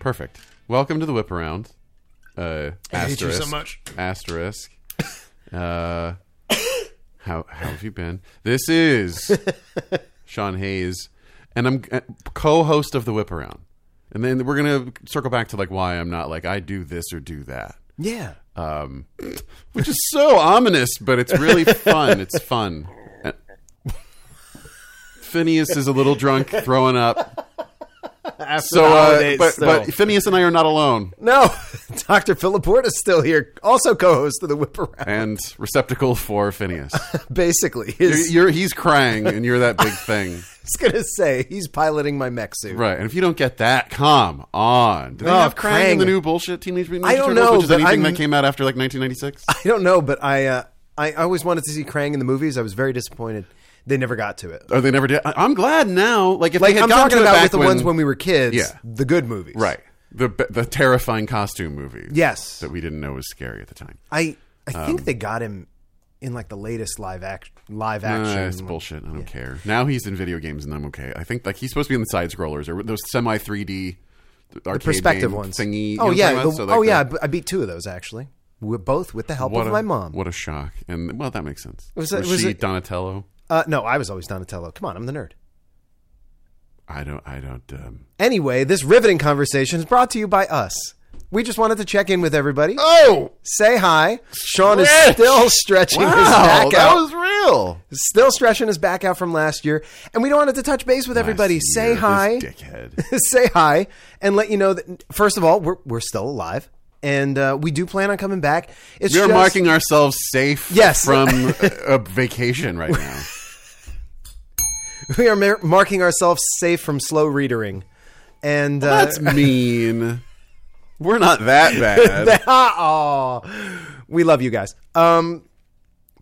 Perfect. Welcome to the whip around. Uh, I hate you asterisk. so much. Asterisk. Uh, how how have you been? This is Sean Hayes, and I'm uh, co-host of the whip around. And then we're gonna circle back to like why I'm not like I do this or do that, Yeah. um, which is so ominous, but it's really fun. It's fun. Uh, Phineas is a little drunk, throwing up. After So, the uh, holidays, but, so- but Phineas and I are not alone, no, Dr. Philip Ward is still here, also co-host of the Whip Around. and receptacle for Phineas. Basically, You're, he's, you're, he's crying, and you're that big thing, he's going to say he's piloting my mech suit. right? And if you don't get that, come on. Do they Oh, have crying in Krang. the new bullshit Teenage Mutant Ninja I don't Turtles, know, which is but anything I'm- that came out after like 1996? I don't know, but I uh, I always wanted to see Krang in the movies. I was very disappointed they never got to it. or they never did. I, I'm glad now. Like if Like they had I'm gotten talking to it about back with the ones when we were kids, Yeah. the good movies, right the the terrifying costume movie. Yes, that we didn't know was scary at the time. I I think um, they got him in like the latest live action live action. That's Uh, bullshit. I don't care. Now he's in video games, and I'm okay. I think like he's supposed to be in the side scrollers or those semi 3D arcade perspective game ones. thingy. you know oh what I'm yeah, talking about? the- So, like, oh the- yeah. I b- I beat two of those actually, We're both with the help of What a, my mom. What a shock! And well, that makes sense. Was Was, that- was she it- Donatello? Uh, no, I was always Donatello. Come on, I'm the nerd. I don't. I don't. Um... Anyway, this riveting conversation is brought to you by us. We just wanted to check in with everybody. Oh Say hi. Sean is Stretch! still stretching his wow, back that out. was real. still stretching his back out from last year. And we wanted to touch base with everybody. Last Say year, this hi. dickhead. say hi and let you know that first of all we're, we're still alive and uh, we do plan on coming back it's We are just- marking ourselves safe Yes. from a, a vacation right now. we are mar- marking ourselves safe from slow readering and uh, That's mean. We're not that bad. Aw. Oh, we love you guys um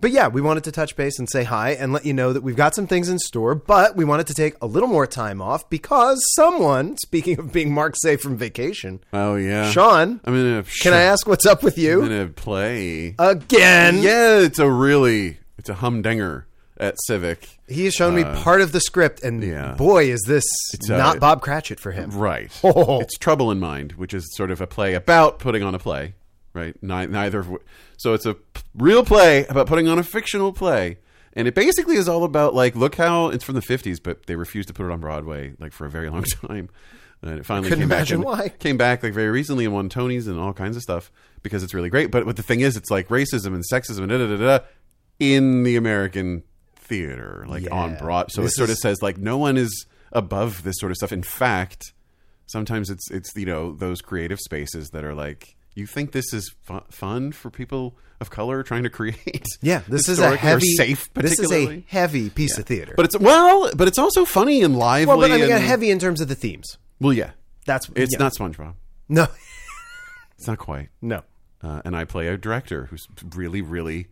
but yeah we wanted to touch base and say hi and let you know that we've got some things in store but we wanted to take a little more time off because someone speaking of being marked safe from vacation oh yeah, sean I'm gonna. can i ask what's up with I'm you gonna play. again yeah, it's a really. It's a humdinger at Civic. He has shown me part of the script, and Uh, yeah. boy, is this uh, not Bob Cratchit for him. Right. Oh. It's Trouble in Mind, which is sort of a play about putting on a play, right? Ni- neither of wh- so it's a p- real play about putting on a fictional play. And it basically is all about like look how it's from the 50s but they refused to put it on Broadway like for a very long time. And it finally Couldn't came back imagine and- why. came back like very recently and won Tonys and all kinds of stuff because it's really great. But what the thing is, it's like racism and sexism and da da da da in the American theater, like on Broad. So This it sort is- of says like no one is above this sort of stuff. In fact, sometimes it's it's you know those creative spaces that are like you think this is fu- fun for people of color trying to create. Yeah, this is a historically, or heavy. safe this is particularly. a heavy piece of theater. but it's well, but it's also funny and lively. well, but I mean, and- heavy in terms of the themes. Well, yeah, That's it's yeah. not SpongeBob. no, It's not quite. no. uh, and I play a director who's really, really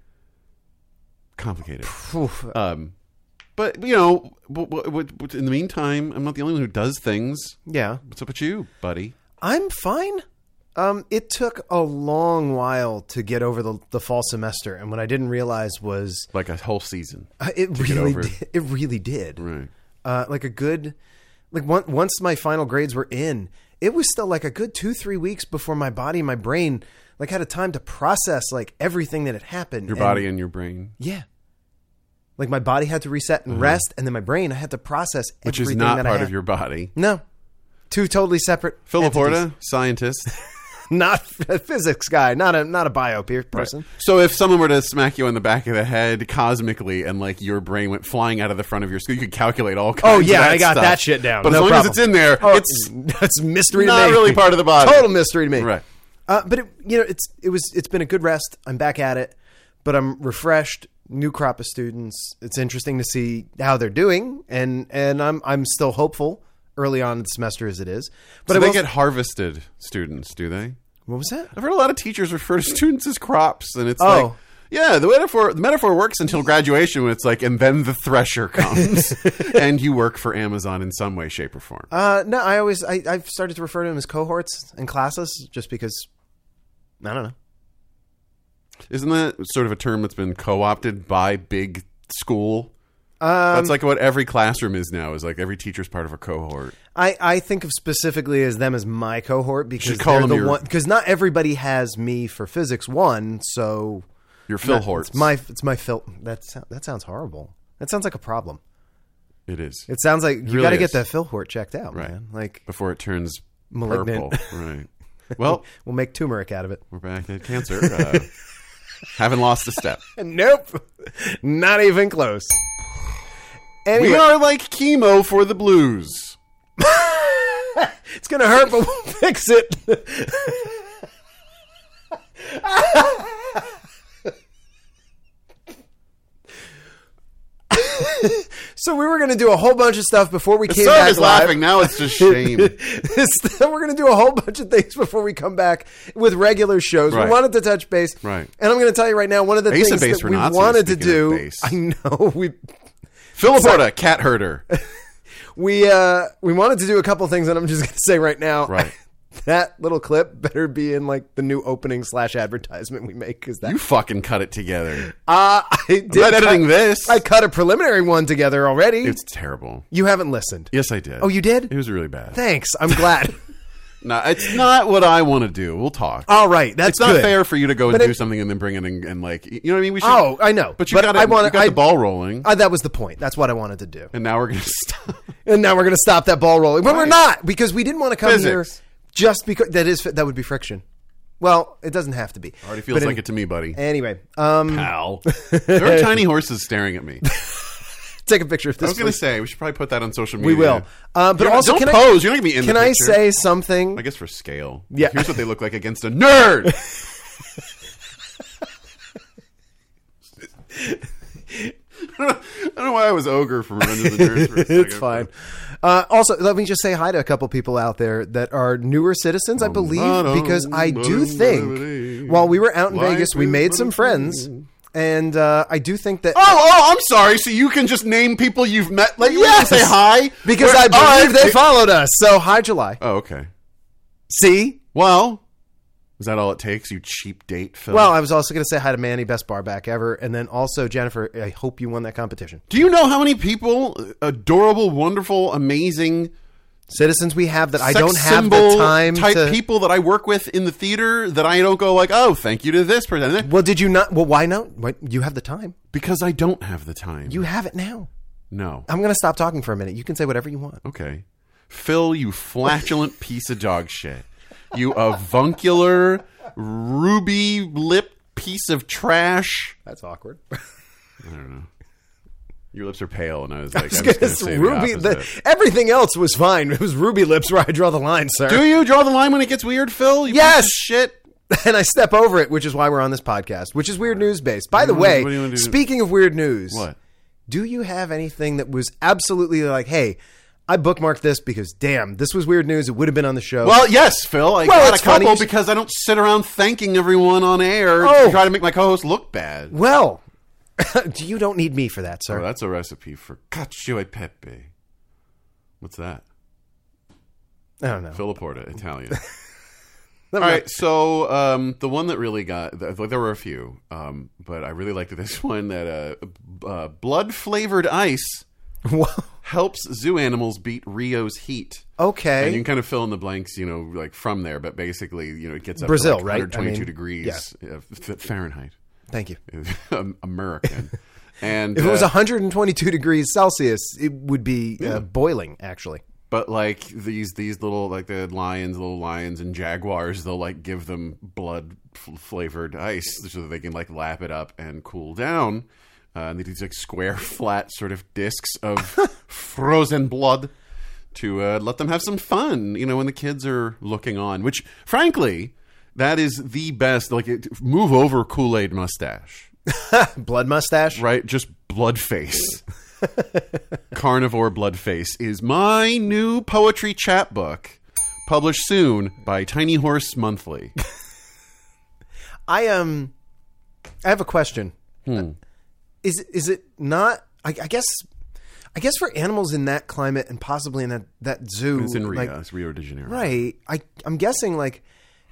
complicated. um, but you know, w- w- w- w- in the meantime, I'm not the only one who does things. Yeah, What's up with you, buddy? I'm fine. Um, it took a long while to get over the, the fall semester, and what I didn't realize was Like a whole season, uh, it really over it. did, it really did. right? uh, like a good like on- once my final grades were in it was still like a good two three weeks before my body and my brain like had a time to process like everything that had happened Your And- body and your brain, yeah like my body had to reset and rest and then my brain i had to process Mm-hmm. which is everything not that I part had. of your body. no two totally separate Philip entities. Horta, scientist. not a physics guy not a not a bio peer person So if someone were to smack you on the back of the head cosmically, and like your brain went flying out of the front of your skull, you could calculate all kinds. Oh yeah, of that I got stuff. that shit down. But no as long problem. as it's in there, Oh, it's that's mystery. not to me. really part of the body. Total mystery to me. Right. Uh, but it, you know, it's it was it's been a good rest. I'm back at it, but I'm refreshed. New crop of students. It's interesting to see how they're doing, and and I'm I'm still hopeful early on in the semester as it is. But So I they will- get harvested students, do they? what was that? I've heard a lot of teachers refer to students as crops, and it's Oh. like, yeah, the metaphor the metaphor works until graduation when it's like, and then the thresher comes, and you work for Amazon in some way, shape, or form. Uh, no, I always I, I've started to refer to them as cohorts and classes just because I don't know. Isn't that sort of a term that's been co opted by big school Um, That's like what every classroom is now. Is like every teacher's part of a cohort. I, I think of specifically as them as my cohort because Should call they're them the your- one because not everybody has me for physics one, so Your Phil Hortz. it's my it's my Phil. That sou- that sounds horrible. That sounds like a problem. It is It sounds like you really got to is. get that Phil Hort checked out, Right. man. Like before it turns Malignant. purple. Right. Well, we'll make turmeric out of it. we're back at cancer. Uh, haven't lost a step. Nope, not even close. We Anyway, are like chemo for the blues. it's gonna hurt, but we'll fix it. so we were gonna do a whole bunch of stuff before we came Sorry, back is live. laughing now. It's just shame. This- we're going to do a whole bunch of things before we come back with regular shows. Right. We wanted to touch base, Right. And I'm going to tell you right now, one of the Ace things of Base that for we Nazis, wanted to speaking of do. base. I know we Philiporta, cat herder. we uh we wanted to do a couple things, and I'm just going to say right now, Right. that little clip better be in like the new opening slash advertisement we make because that You fucking cut it together. uh, I did I'm not editing cut- this. I cut a preliminary one together already. it's terrible. you haven't listened. Yes, I did. Oh, you did. It was really bad. Thanks. I'm glad. no, it's not what I want to do. We'll talk. All right, that's it's not Oh, good. fair for you to go and But do it- something and then bring it in and like you know what I mean. We should, Oh, I know. but you got it, I wanna- you got I- the ball rolling, Uh, that was the point. That's what I wanted to do. and now we're gonna stop. And now we're going to stop that ball rolling. But we're not because we didn't want to come Physics. here just because that is that would be friction. Well, it doesn't have to be. Already feels But like it to me, buddy. any- anyway, um Pal, there are tiny horses staring at me. I take a picture of this. was gonna please. say we should probably put that on social we media. will. Uh, but You're not- also don't can pose. I You're not gonna be in. Can the I picture. say something? I guess for scale. Yeah. Here's what they look like against a nerd. I don't know- I don't know why I was ogre from Revenge of the Nerds. For a second. It's fine. Uh, also, let me just say hi to a couple people out there that are newer citizens, I believe, because I do think while we were out in Life Vegas, we is made but some a friends, and uh, I do think that. Oh, oh, I'm sorry. So you can just name people you've met. Like, you can Yes! say hi Because We're- I believe oh, I- they followed us. So hi, July. Oh, okay. See? Well, is that all it takes? You cheap date, Phil. Well, I was also going to say hi to Manny, best bar back ever, and then also Jennifer. I hope you won that competition. do you know how many people, adorable, wonderful, amazing, Citizens we have that I sex don't have the symbol time type to. people that I work with in the theater that I don't go like, oh, thank you to this person Well, did you not? Well, why not? Why, you have the time. because I don't have the time. You have it now. no. I'm going to stop talking for a minute. You can say whatever you want. Okay. Phil, you flatulent piece of dog shit. You avuncular, ruby lipped piece of trash. That's awkward. Your lips are pale, and I was like, I'm just gonna Because say Ruby, Ruby. the everything else was fine. It was Ruby lips where I draw the line, sir. Do you draw the line when it gets weird, Phil? You piece Yes! of shit. And I step over it, which is why we're on this podcast, which is weird news based. By the What do you- way, what do you wanna do? speaking of weird news, What? do you have anything that was absolutely like, hey, I bookmarked this because damn, this was weird news. It would have been on the show. Well, yes, Phil. I Well, got it's a couple funny. because I don't sit around thanking everyone on air Oh. to try to make my co-host look bad. well, you don't need me for that, sir. Oh, that's a recipe for cacio e pepe. What's that? I don't know. Filiporta, Italian. All All right, so um, the one that really got, th- like, there were a few, um, but I really liked this one that uh, b- uh, blood flavored ice helps zoo animals beat Rio's heat. And you okay. can kind of fill in the blanks, you know, like from there, but basically, you know, it gets up Brazil, to right? like I 122 mean, degrees uh, f- Fahrenheit, Thank you. American. And If it was uh, 122 degrees Celsius, it would be uh, boiling, actually. but like these these little like the lions little lions and jaguars they'll like give them blood f- flavored ice so that they can like lap it up and cool down uh, and they do these like square flat sort of discs of frozen blood to uh, let them have some fun you know when the kids are looking on which frankly that is the best like it, move over kool-aid mustache Blood mustache. right? Just blood face. Carnivore blood face is my new poetry chapbook, published soon by Tiny Horse Monthly. I um, I have a question. Hmm. Uh, Is is it not? I, I guess, I guess for animals in that climate and possibly in that that zoo, It's in Rio, like it's Rio de Janeiro. right? I I'm guessing like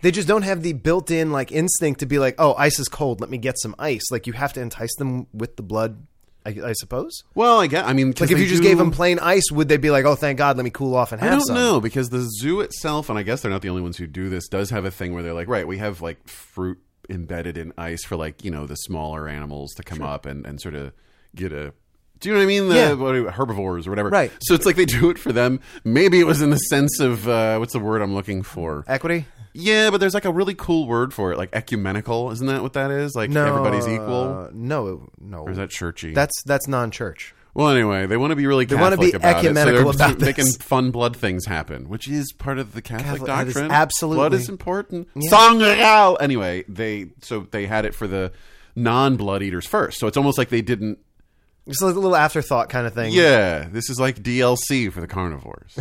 they just don't have the built-in like instinct to be like, oh, ice is cold. Let me get some ice. Like you have to entice them with the blood I, I suppose. Well, I guess I mean 'cause Like if they you just do- gave them plain ice, would they be like, "Oh, thank God, let me cool off and I have don't some"? know because the zoo itself, and I guess they're not the only ones who do this, does have a thing where they're like, right, we have like fruit embedded in ice for like you know the smaller animals to come up and and sort of get a. Do you know what I mean? The Yeah. what do you- herbivores or whatever. Right. So it's like they do it for them. Maybe it was in the sense of uh, what's the word I'm looking for? Equity? Yeah, but there's like a really cool word for it, like ecumenical. Isn't that what that is? Like No, everybody's equal. uh, no, it- no. Or is that churchy? that's that's non-church. Well, anyway, they want to be really they wanna Catholic be about ecumenical it, so they're about this. making fun blood things happen, which is part of the Catholic, Catholic- that is doctrine. absolutely- blood is important. Sangreal. Anyway, they so they had it for the non-blood eaters first, so it's almost like they didn't. It's like a little afterthought kind of thing. Yeah, this is like DLC for the carnivores.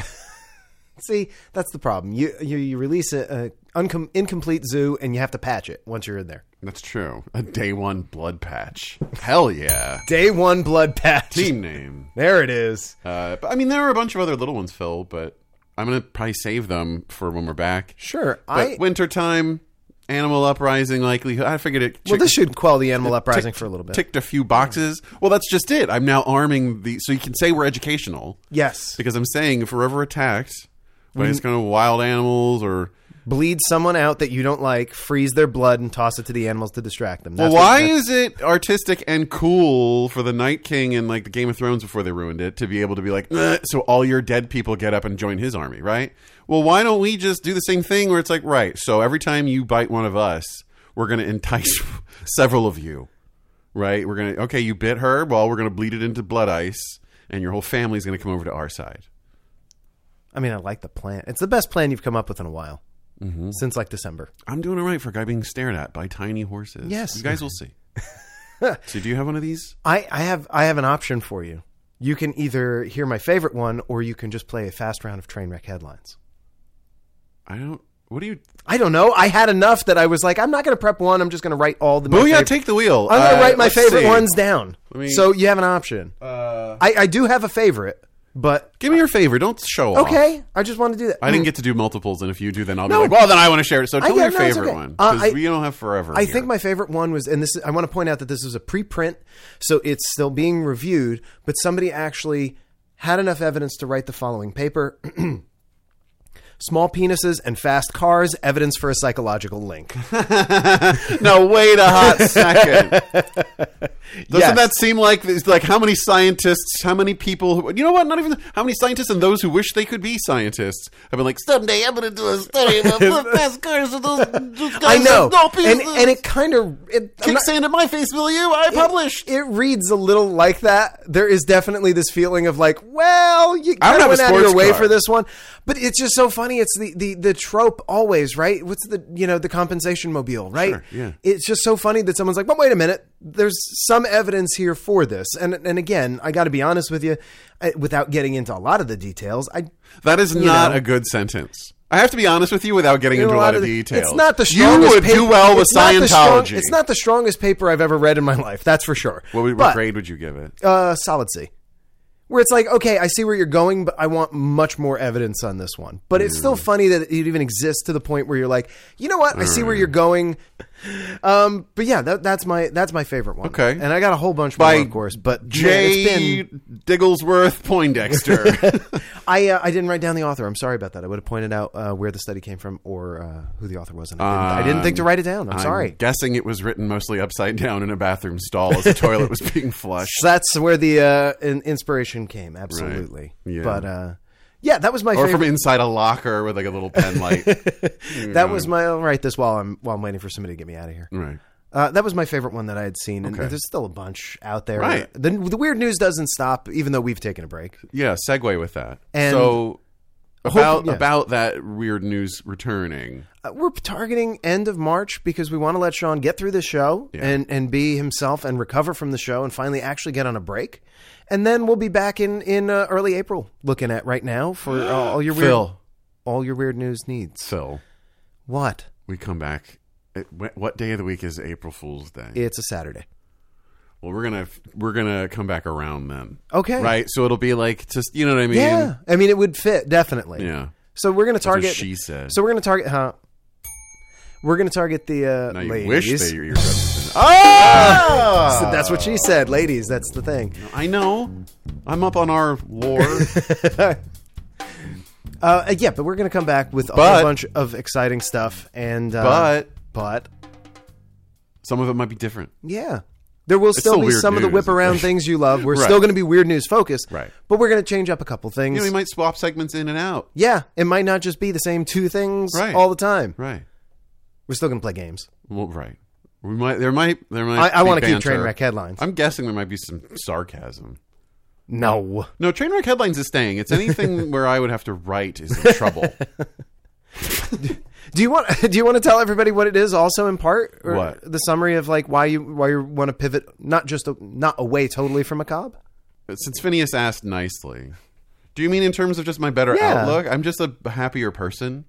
See, that's the problem. You you, you release a, a uncom- incomplete zoo and you have to patch it once you're in there. That's true. A day one blood patch. Hell yeah. Day one blood patch. Team name. There it is. Uh, but I mean, there are a bunch of other little ones, Phil. But I'm gonna probably save them for when we're back. Sure. But I wintertime, animal uprising likelihood. I figured it. well, chick- this should quell the animal uprising ticked- for a little bit. Ticked a few boxes. Well, that's just it. I'm now arming the. So you can say we're educational yes. because I'm saying if we're ever attacked by this kind of wild animals or. Bleed someone out that you don't like, freeze their blood, and toss it to the animals to distract them. Well, That's why what- is it artistic and cool for the Night King and like the Game of Thrones before they ruined it to be able to be like, "Ugh," so all your dead people get up and join his army, right? Well, why don't we just do the same thing where it's like, right, so every time you bite one of us, we're going to entice several of you, right? We're going to, okay, you bit her, well, we're going to bleed it into blood ice, and your whole family's going to come over to our side. I mean, I like the plan. It's the best plan you've come up with in a while Mm-hmm. since like December. I'm doing all right for a guy being stared at by tiny horses. Yes. You guys will see. so, do you have one of these? I, I have I have an option for you. You can either hear my favorite one, or you can just play a fast round of train wreck headlines. I don't. What do you I don't know. I had enough that I was like, I'm not going to prep one. I'm just going to write all the. my Booyah, favorite- take the wheel. I'm going to Uh, write my let's favorite see. ones down. me- Uh-huh. so you have an option. I, I do have a favorite, but Give me your favor. Don't show off. okay. I just want to do that. I didn't get to do multiples, and if you do, then I'll be like, well, then I want to share it. So tell me yeah, your no, it's favorite okay. one. Uh, Because I- we don't have forever. I here. think my favorite one was, and this is, I want to point out that this is a preprint, so it's still being reviewed, but somebody actually had enough evidence to write the following paper. Small penises and fast cars, evidence for a psychological link. Now, wait a hot second. Doesn't Yes. that seem like it's like how many scientists, how many people, who, you know what? Not even how many scientists and those who wish they could be scientists have been like, someday I'm going to do a study about the fast cars and those, those guys. I know. with No and, penises. and it kind of. It, I'm Kick not- sand in my face, will you? I published. It reads a little like that. There is definitely this feeling of like, well, you kind of have a went out of sports your way car. for this one, but it's just so funny. It's the the the trope always, right? What's the you know the compensation mobile, right? Sure, yeah. It's just so funny that someone's like, but wait a minute, there's some evidence here for this, and and again, I got to be honest with you, I, without getting into a lot of the details, I. That is not know. a good sentence. I have to be honest with you without getting into a lot of details. It's not the strongest. You would paper- do well with it's not the strong- Scientology. it's not the strongest paper I've ever read in my life. That's for sure. What, would- what But- grade would you give it? uh, solid C. Where it's like, okay, I see where you're going, but I want much more evidence on this one. But it's Hmm. still funny that it even exists to the point where you're like, you know what, I see where Hmm. you're going. Um, but yeah, that, that's my that's my favorite one. Okay. and I got a whole bunch By more, of course. But J. man, it's been, Digglesworth Poindexter. I uh, I didn't write down the author. I'm sorry about that. I would have pointed out uh, where the study came from or uh, who the author was, and I didn't, I didn't think to Um, write it down. I'm, sorry. guessing it was written mostly upside down in a bathroom stall as the toilet was being flushed. So that's where the uh, in- inspiration came. Absolutely. Yeah. But uh, yeah, that was my Or favorite. from inside a locker with like a little pen light. That Mm-hmm. was my. I'll write this while I'm while I'm waiting for somebody to get me out of here. right. Uh, that was my favorite one that I had seen, and Mm. Okay. there's still a bunch out there. Right. The, the weird news doesn't stop, even though we've taken a break. Yeah, segue with that. And- so about yeah. about that weird news returning. Uh, we're targeting end of March because we want to let Sean get through the show and and be himself and recover from the show and finally actually get on a break, and then we'll be back in in uh, early April looking at right now for uh, all your weird, Phil. all your weird news needs. Phil, What? we come back. It- wh- What day of the week is April Fool's Day? It's a Saturday. Well, we're gonna we're gonna come back around then. Okay. Right. So it'll be like just you know what I mean. Yeah, I mean it would fit definitely. Yeah. So we're going to That's target. what she said. So we're going to target, huh? We're going to target the uh, now you ladies. wish they your ear Ah! So that's what she said, ladies. That's the thing. I know. I'm up on our lore. Uh, yeah, but we're gonna come back with a But- whole bunch of exciting stuff, and uh, But- but Some of it might be different. yeah, there will still still be weird some of the news. whip around things you love. We're Right. still gonna be weird news focused, Right. But we're gonna change up a couple things. You know, we might swap segments in and out. yeah, it might not just be the same two things Right. all the time. Right. We're still gonna play games. Well, right. We might. There might. There might. I, I be want to keep banter. train wreck headlines. I'm guessing there might be some sarcasm. no, No, train wreck headlines is staying. It's anything where I would have to write is in trouble. do you want do you want to tell everybody what it is? Also, in part, or What? the summary of like why you why you want to pivot not just a, not away totally from a cob. Since Phineas asked nicely, do you mean in terms of just my better Yeah. outlook? I'm just a happier person.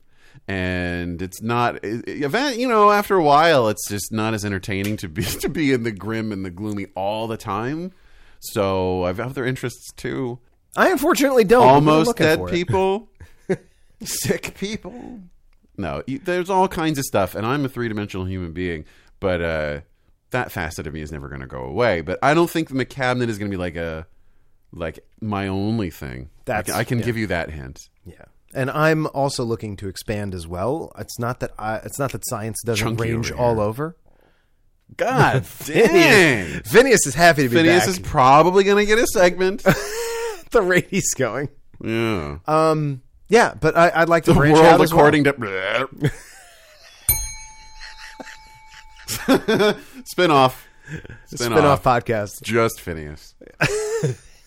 And it's not it- it- event, you know. After a while, it's just not as entertaining to be to be in the grim and the gloomy all the time. So I've other interests too. I unfortunately don't. but we're almost looking dead for it. people, sick people. No, you- there's all kinds of stuff, and I'm a three dimensional human being, but uh, that facet of me is never going to go away. But I don't think the cabinet is going to be like a like my only thing. That's- I can, I can give you that hint. Yeah. And I'm also looking to expand as well. It's not that I, it's not that science doesn't Chunky range over here. all over. God dang! Phineas is happy to be Phineas back. is probably going to get a segment. the rate he's going. yeah, Um, yeah, but I, I'd like to branch out world as well. according to spin off. Spin spin-off podcast. Just Phineas.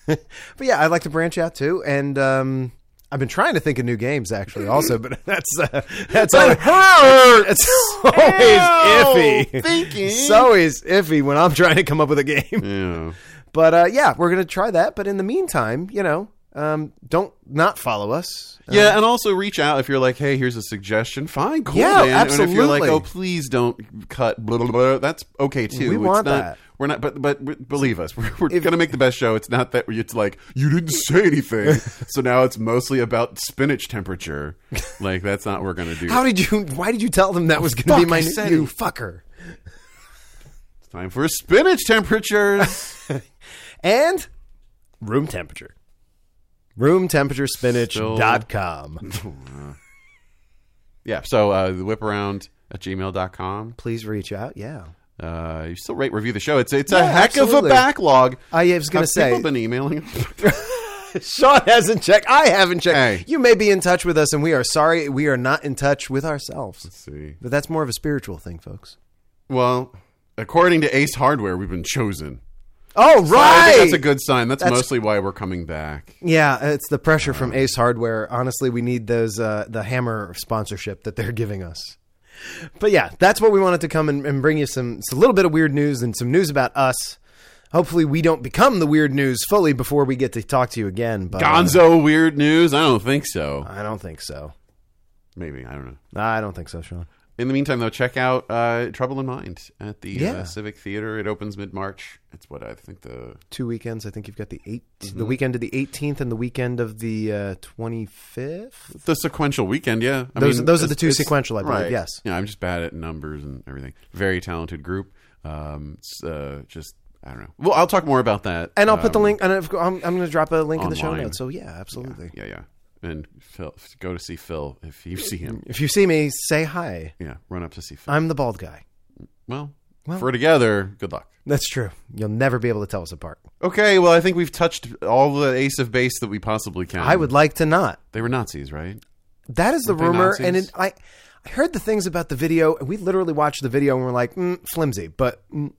But yeah, I'd like to branch out too. And um, I've been trying to think of new games actually, also. But that's uh, that's always, hurts. it's always iffy. Thinking. It's always iffy when I'm trying to come up with a game. yeah. But uh, yeah, we're gonna try that. But in the meantime, you know, um, don't not follow us. Yeah, and also reach out if you're like, hey, here's a suggestion. Fine, cool, Uh-huh. Yeah, man. And if you're like, absolutely. oh, please don't cut, blah, blah, blah, that's okay too. We It's want not- that. We're not, but but we- believe us, we're, we're gonna make the best show. It's not that it's like you didn't say anything, so now it's mostly about spinach temperature. Like that's not what we're gonna do. How did you? Why did you tell them that was going to be Fuck, my I new said you fucker? it's time for spinach temperatures. And room temperature. RoomtemperatureSpinach.com. yeah. So uh, the whip around at gmail.com. Please reach out. Yeah. Uh, you still rate review the show. It's it's a Yeah, heck of a absolutely. backlog. Uh, I was going to Have say, Uh, people been emailing? Sean hasn't checked. I haven't checked. Hey. You may be in touch with us, and we are sorry we are not in touch with ourselves. see. But that's more of a spiritual thing, folks. Well, according to Ace Hardware, we've been chosen. Oh, I right. think that's a good sign. That's, mostly why we're coming back. yeah, it's the pressure from Ace Hardware. Honestly, we need those uh, the hammer sponsorship that they're giving us. But yeah, that's what we wanted to come and, and bring you some, it's a little bit of weird news and some news about us. Hopefully, we don't become the weird news fully before we get to talk to you again. But uh, Gonzo weird news? I don't think so. I don't think so. Maybe I don't know. I don't think so, Sean. In the meantime, though, check out uh, Trouble in Mind at the Yeah. uh, Civic Theater. It opens mid March. It's what I think the Two weekends. I think you've got the 8 Mm-hmm. the weekend of the eighteenth, and the weekend of the uh, twenty fifth. the sequential weekend. Yeah, I Those- those are the it's- two it's- sequential, I believe, yes. yeah. I'm just bad at numbers and everything. Very talented group. Um, it's, uh, just I don't know. Well, I'll talk more about that. And I'll put the um, link. And I've- I'm, I'm going to drop a link in the show online. notes. So yeah, absolutely. Yeah, yeah. And Phil, go to see Phil if you see him. If you see me, say hi. Yeah, run up to see Phil. I'm the bald guy. Well, if we're together, good luck. That's true. You'll never be able to tell us apart. Okay, well, I think we've touched all the ace of base that we possibly can. I would like to not. They were Nazis, right? That is the they rumor, Nazis? and it, I, I heard the things about the video, and we literally watched the video and we're like, mm, flimsy, but mm,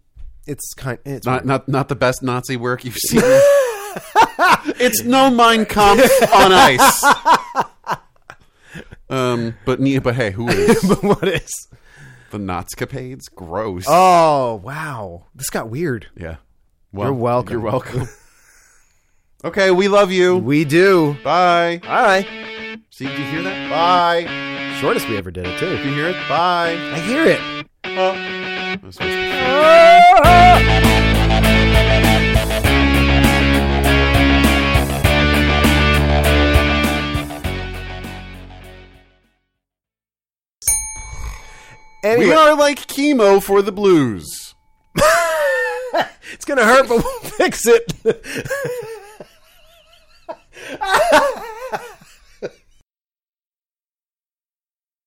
it's kind. It's Not, not, not the best Nazi work you've seen. it's no Mein Kampf on ice. Um, but ne- but hey, who is But what is? the Nazcapades? Gross. Oh wow, this got weird. yeah. Well, You're welcome. You're welcome. okay, we love you. We do. Bye. All right, See, did you hear that? Bye. shortest we ever did it too. Did you hear it? Bye. I hear it. That's supposed to be- Anyway, We are like chemo for the blues. It's gonna hurt, but we'll fix it.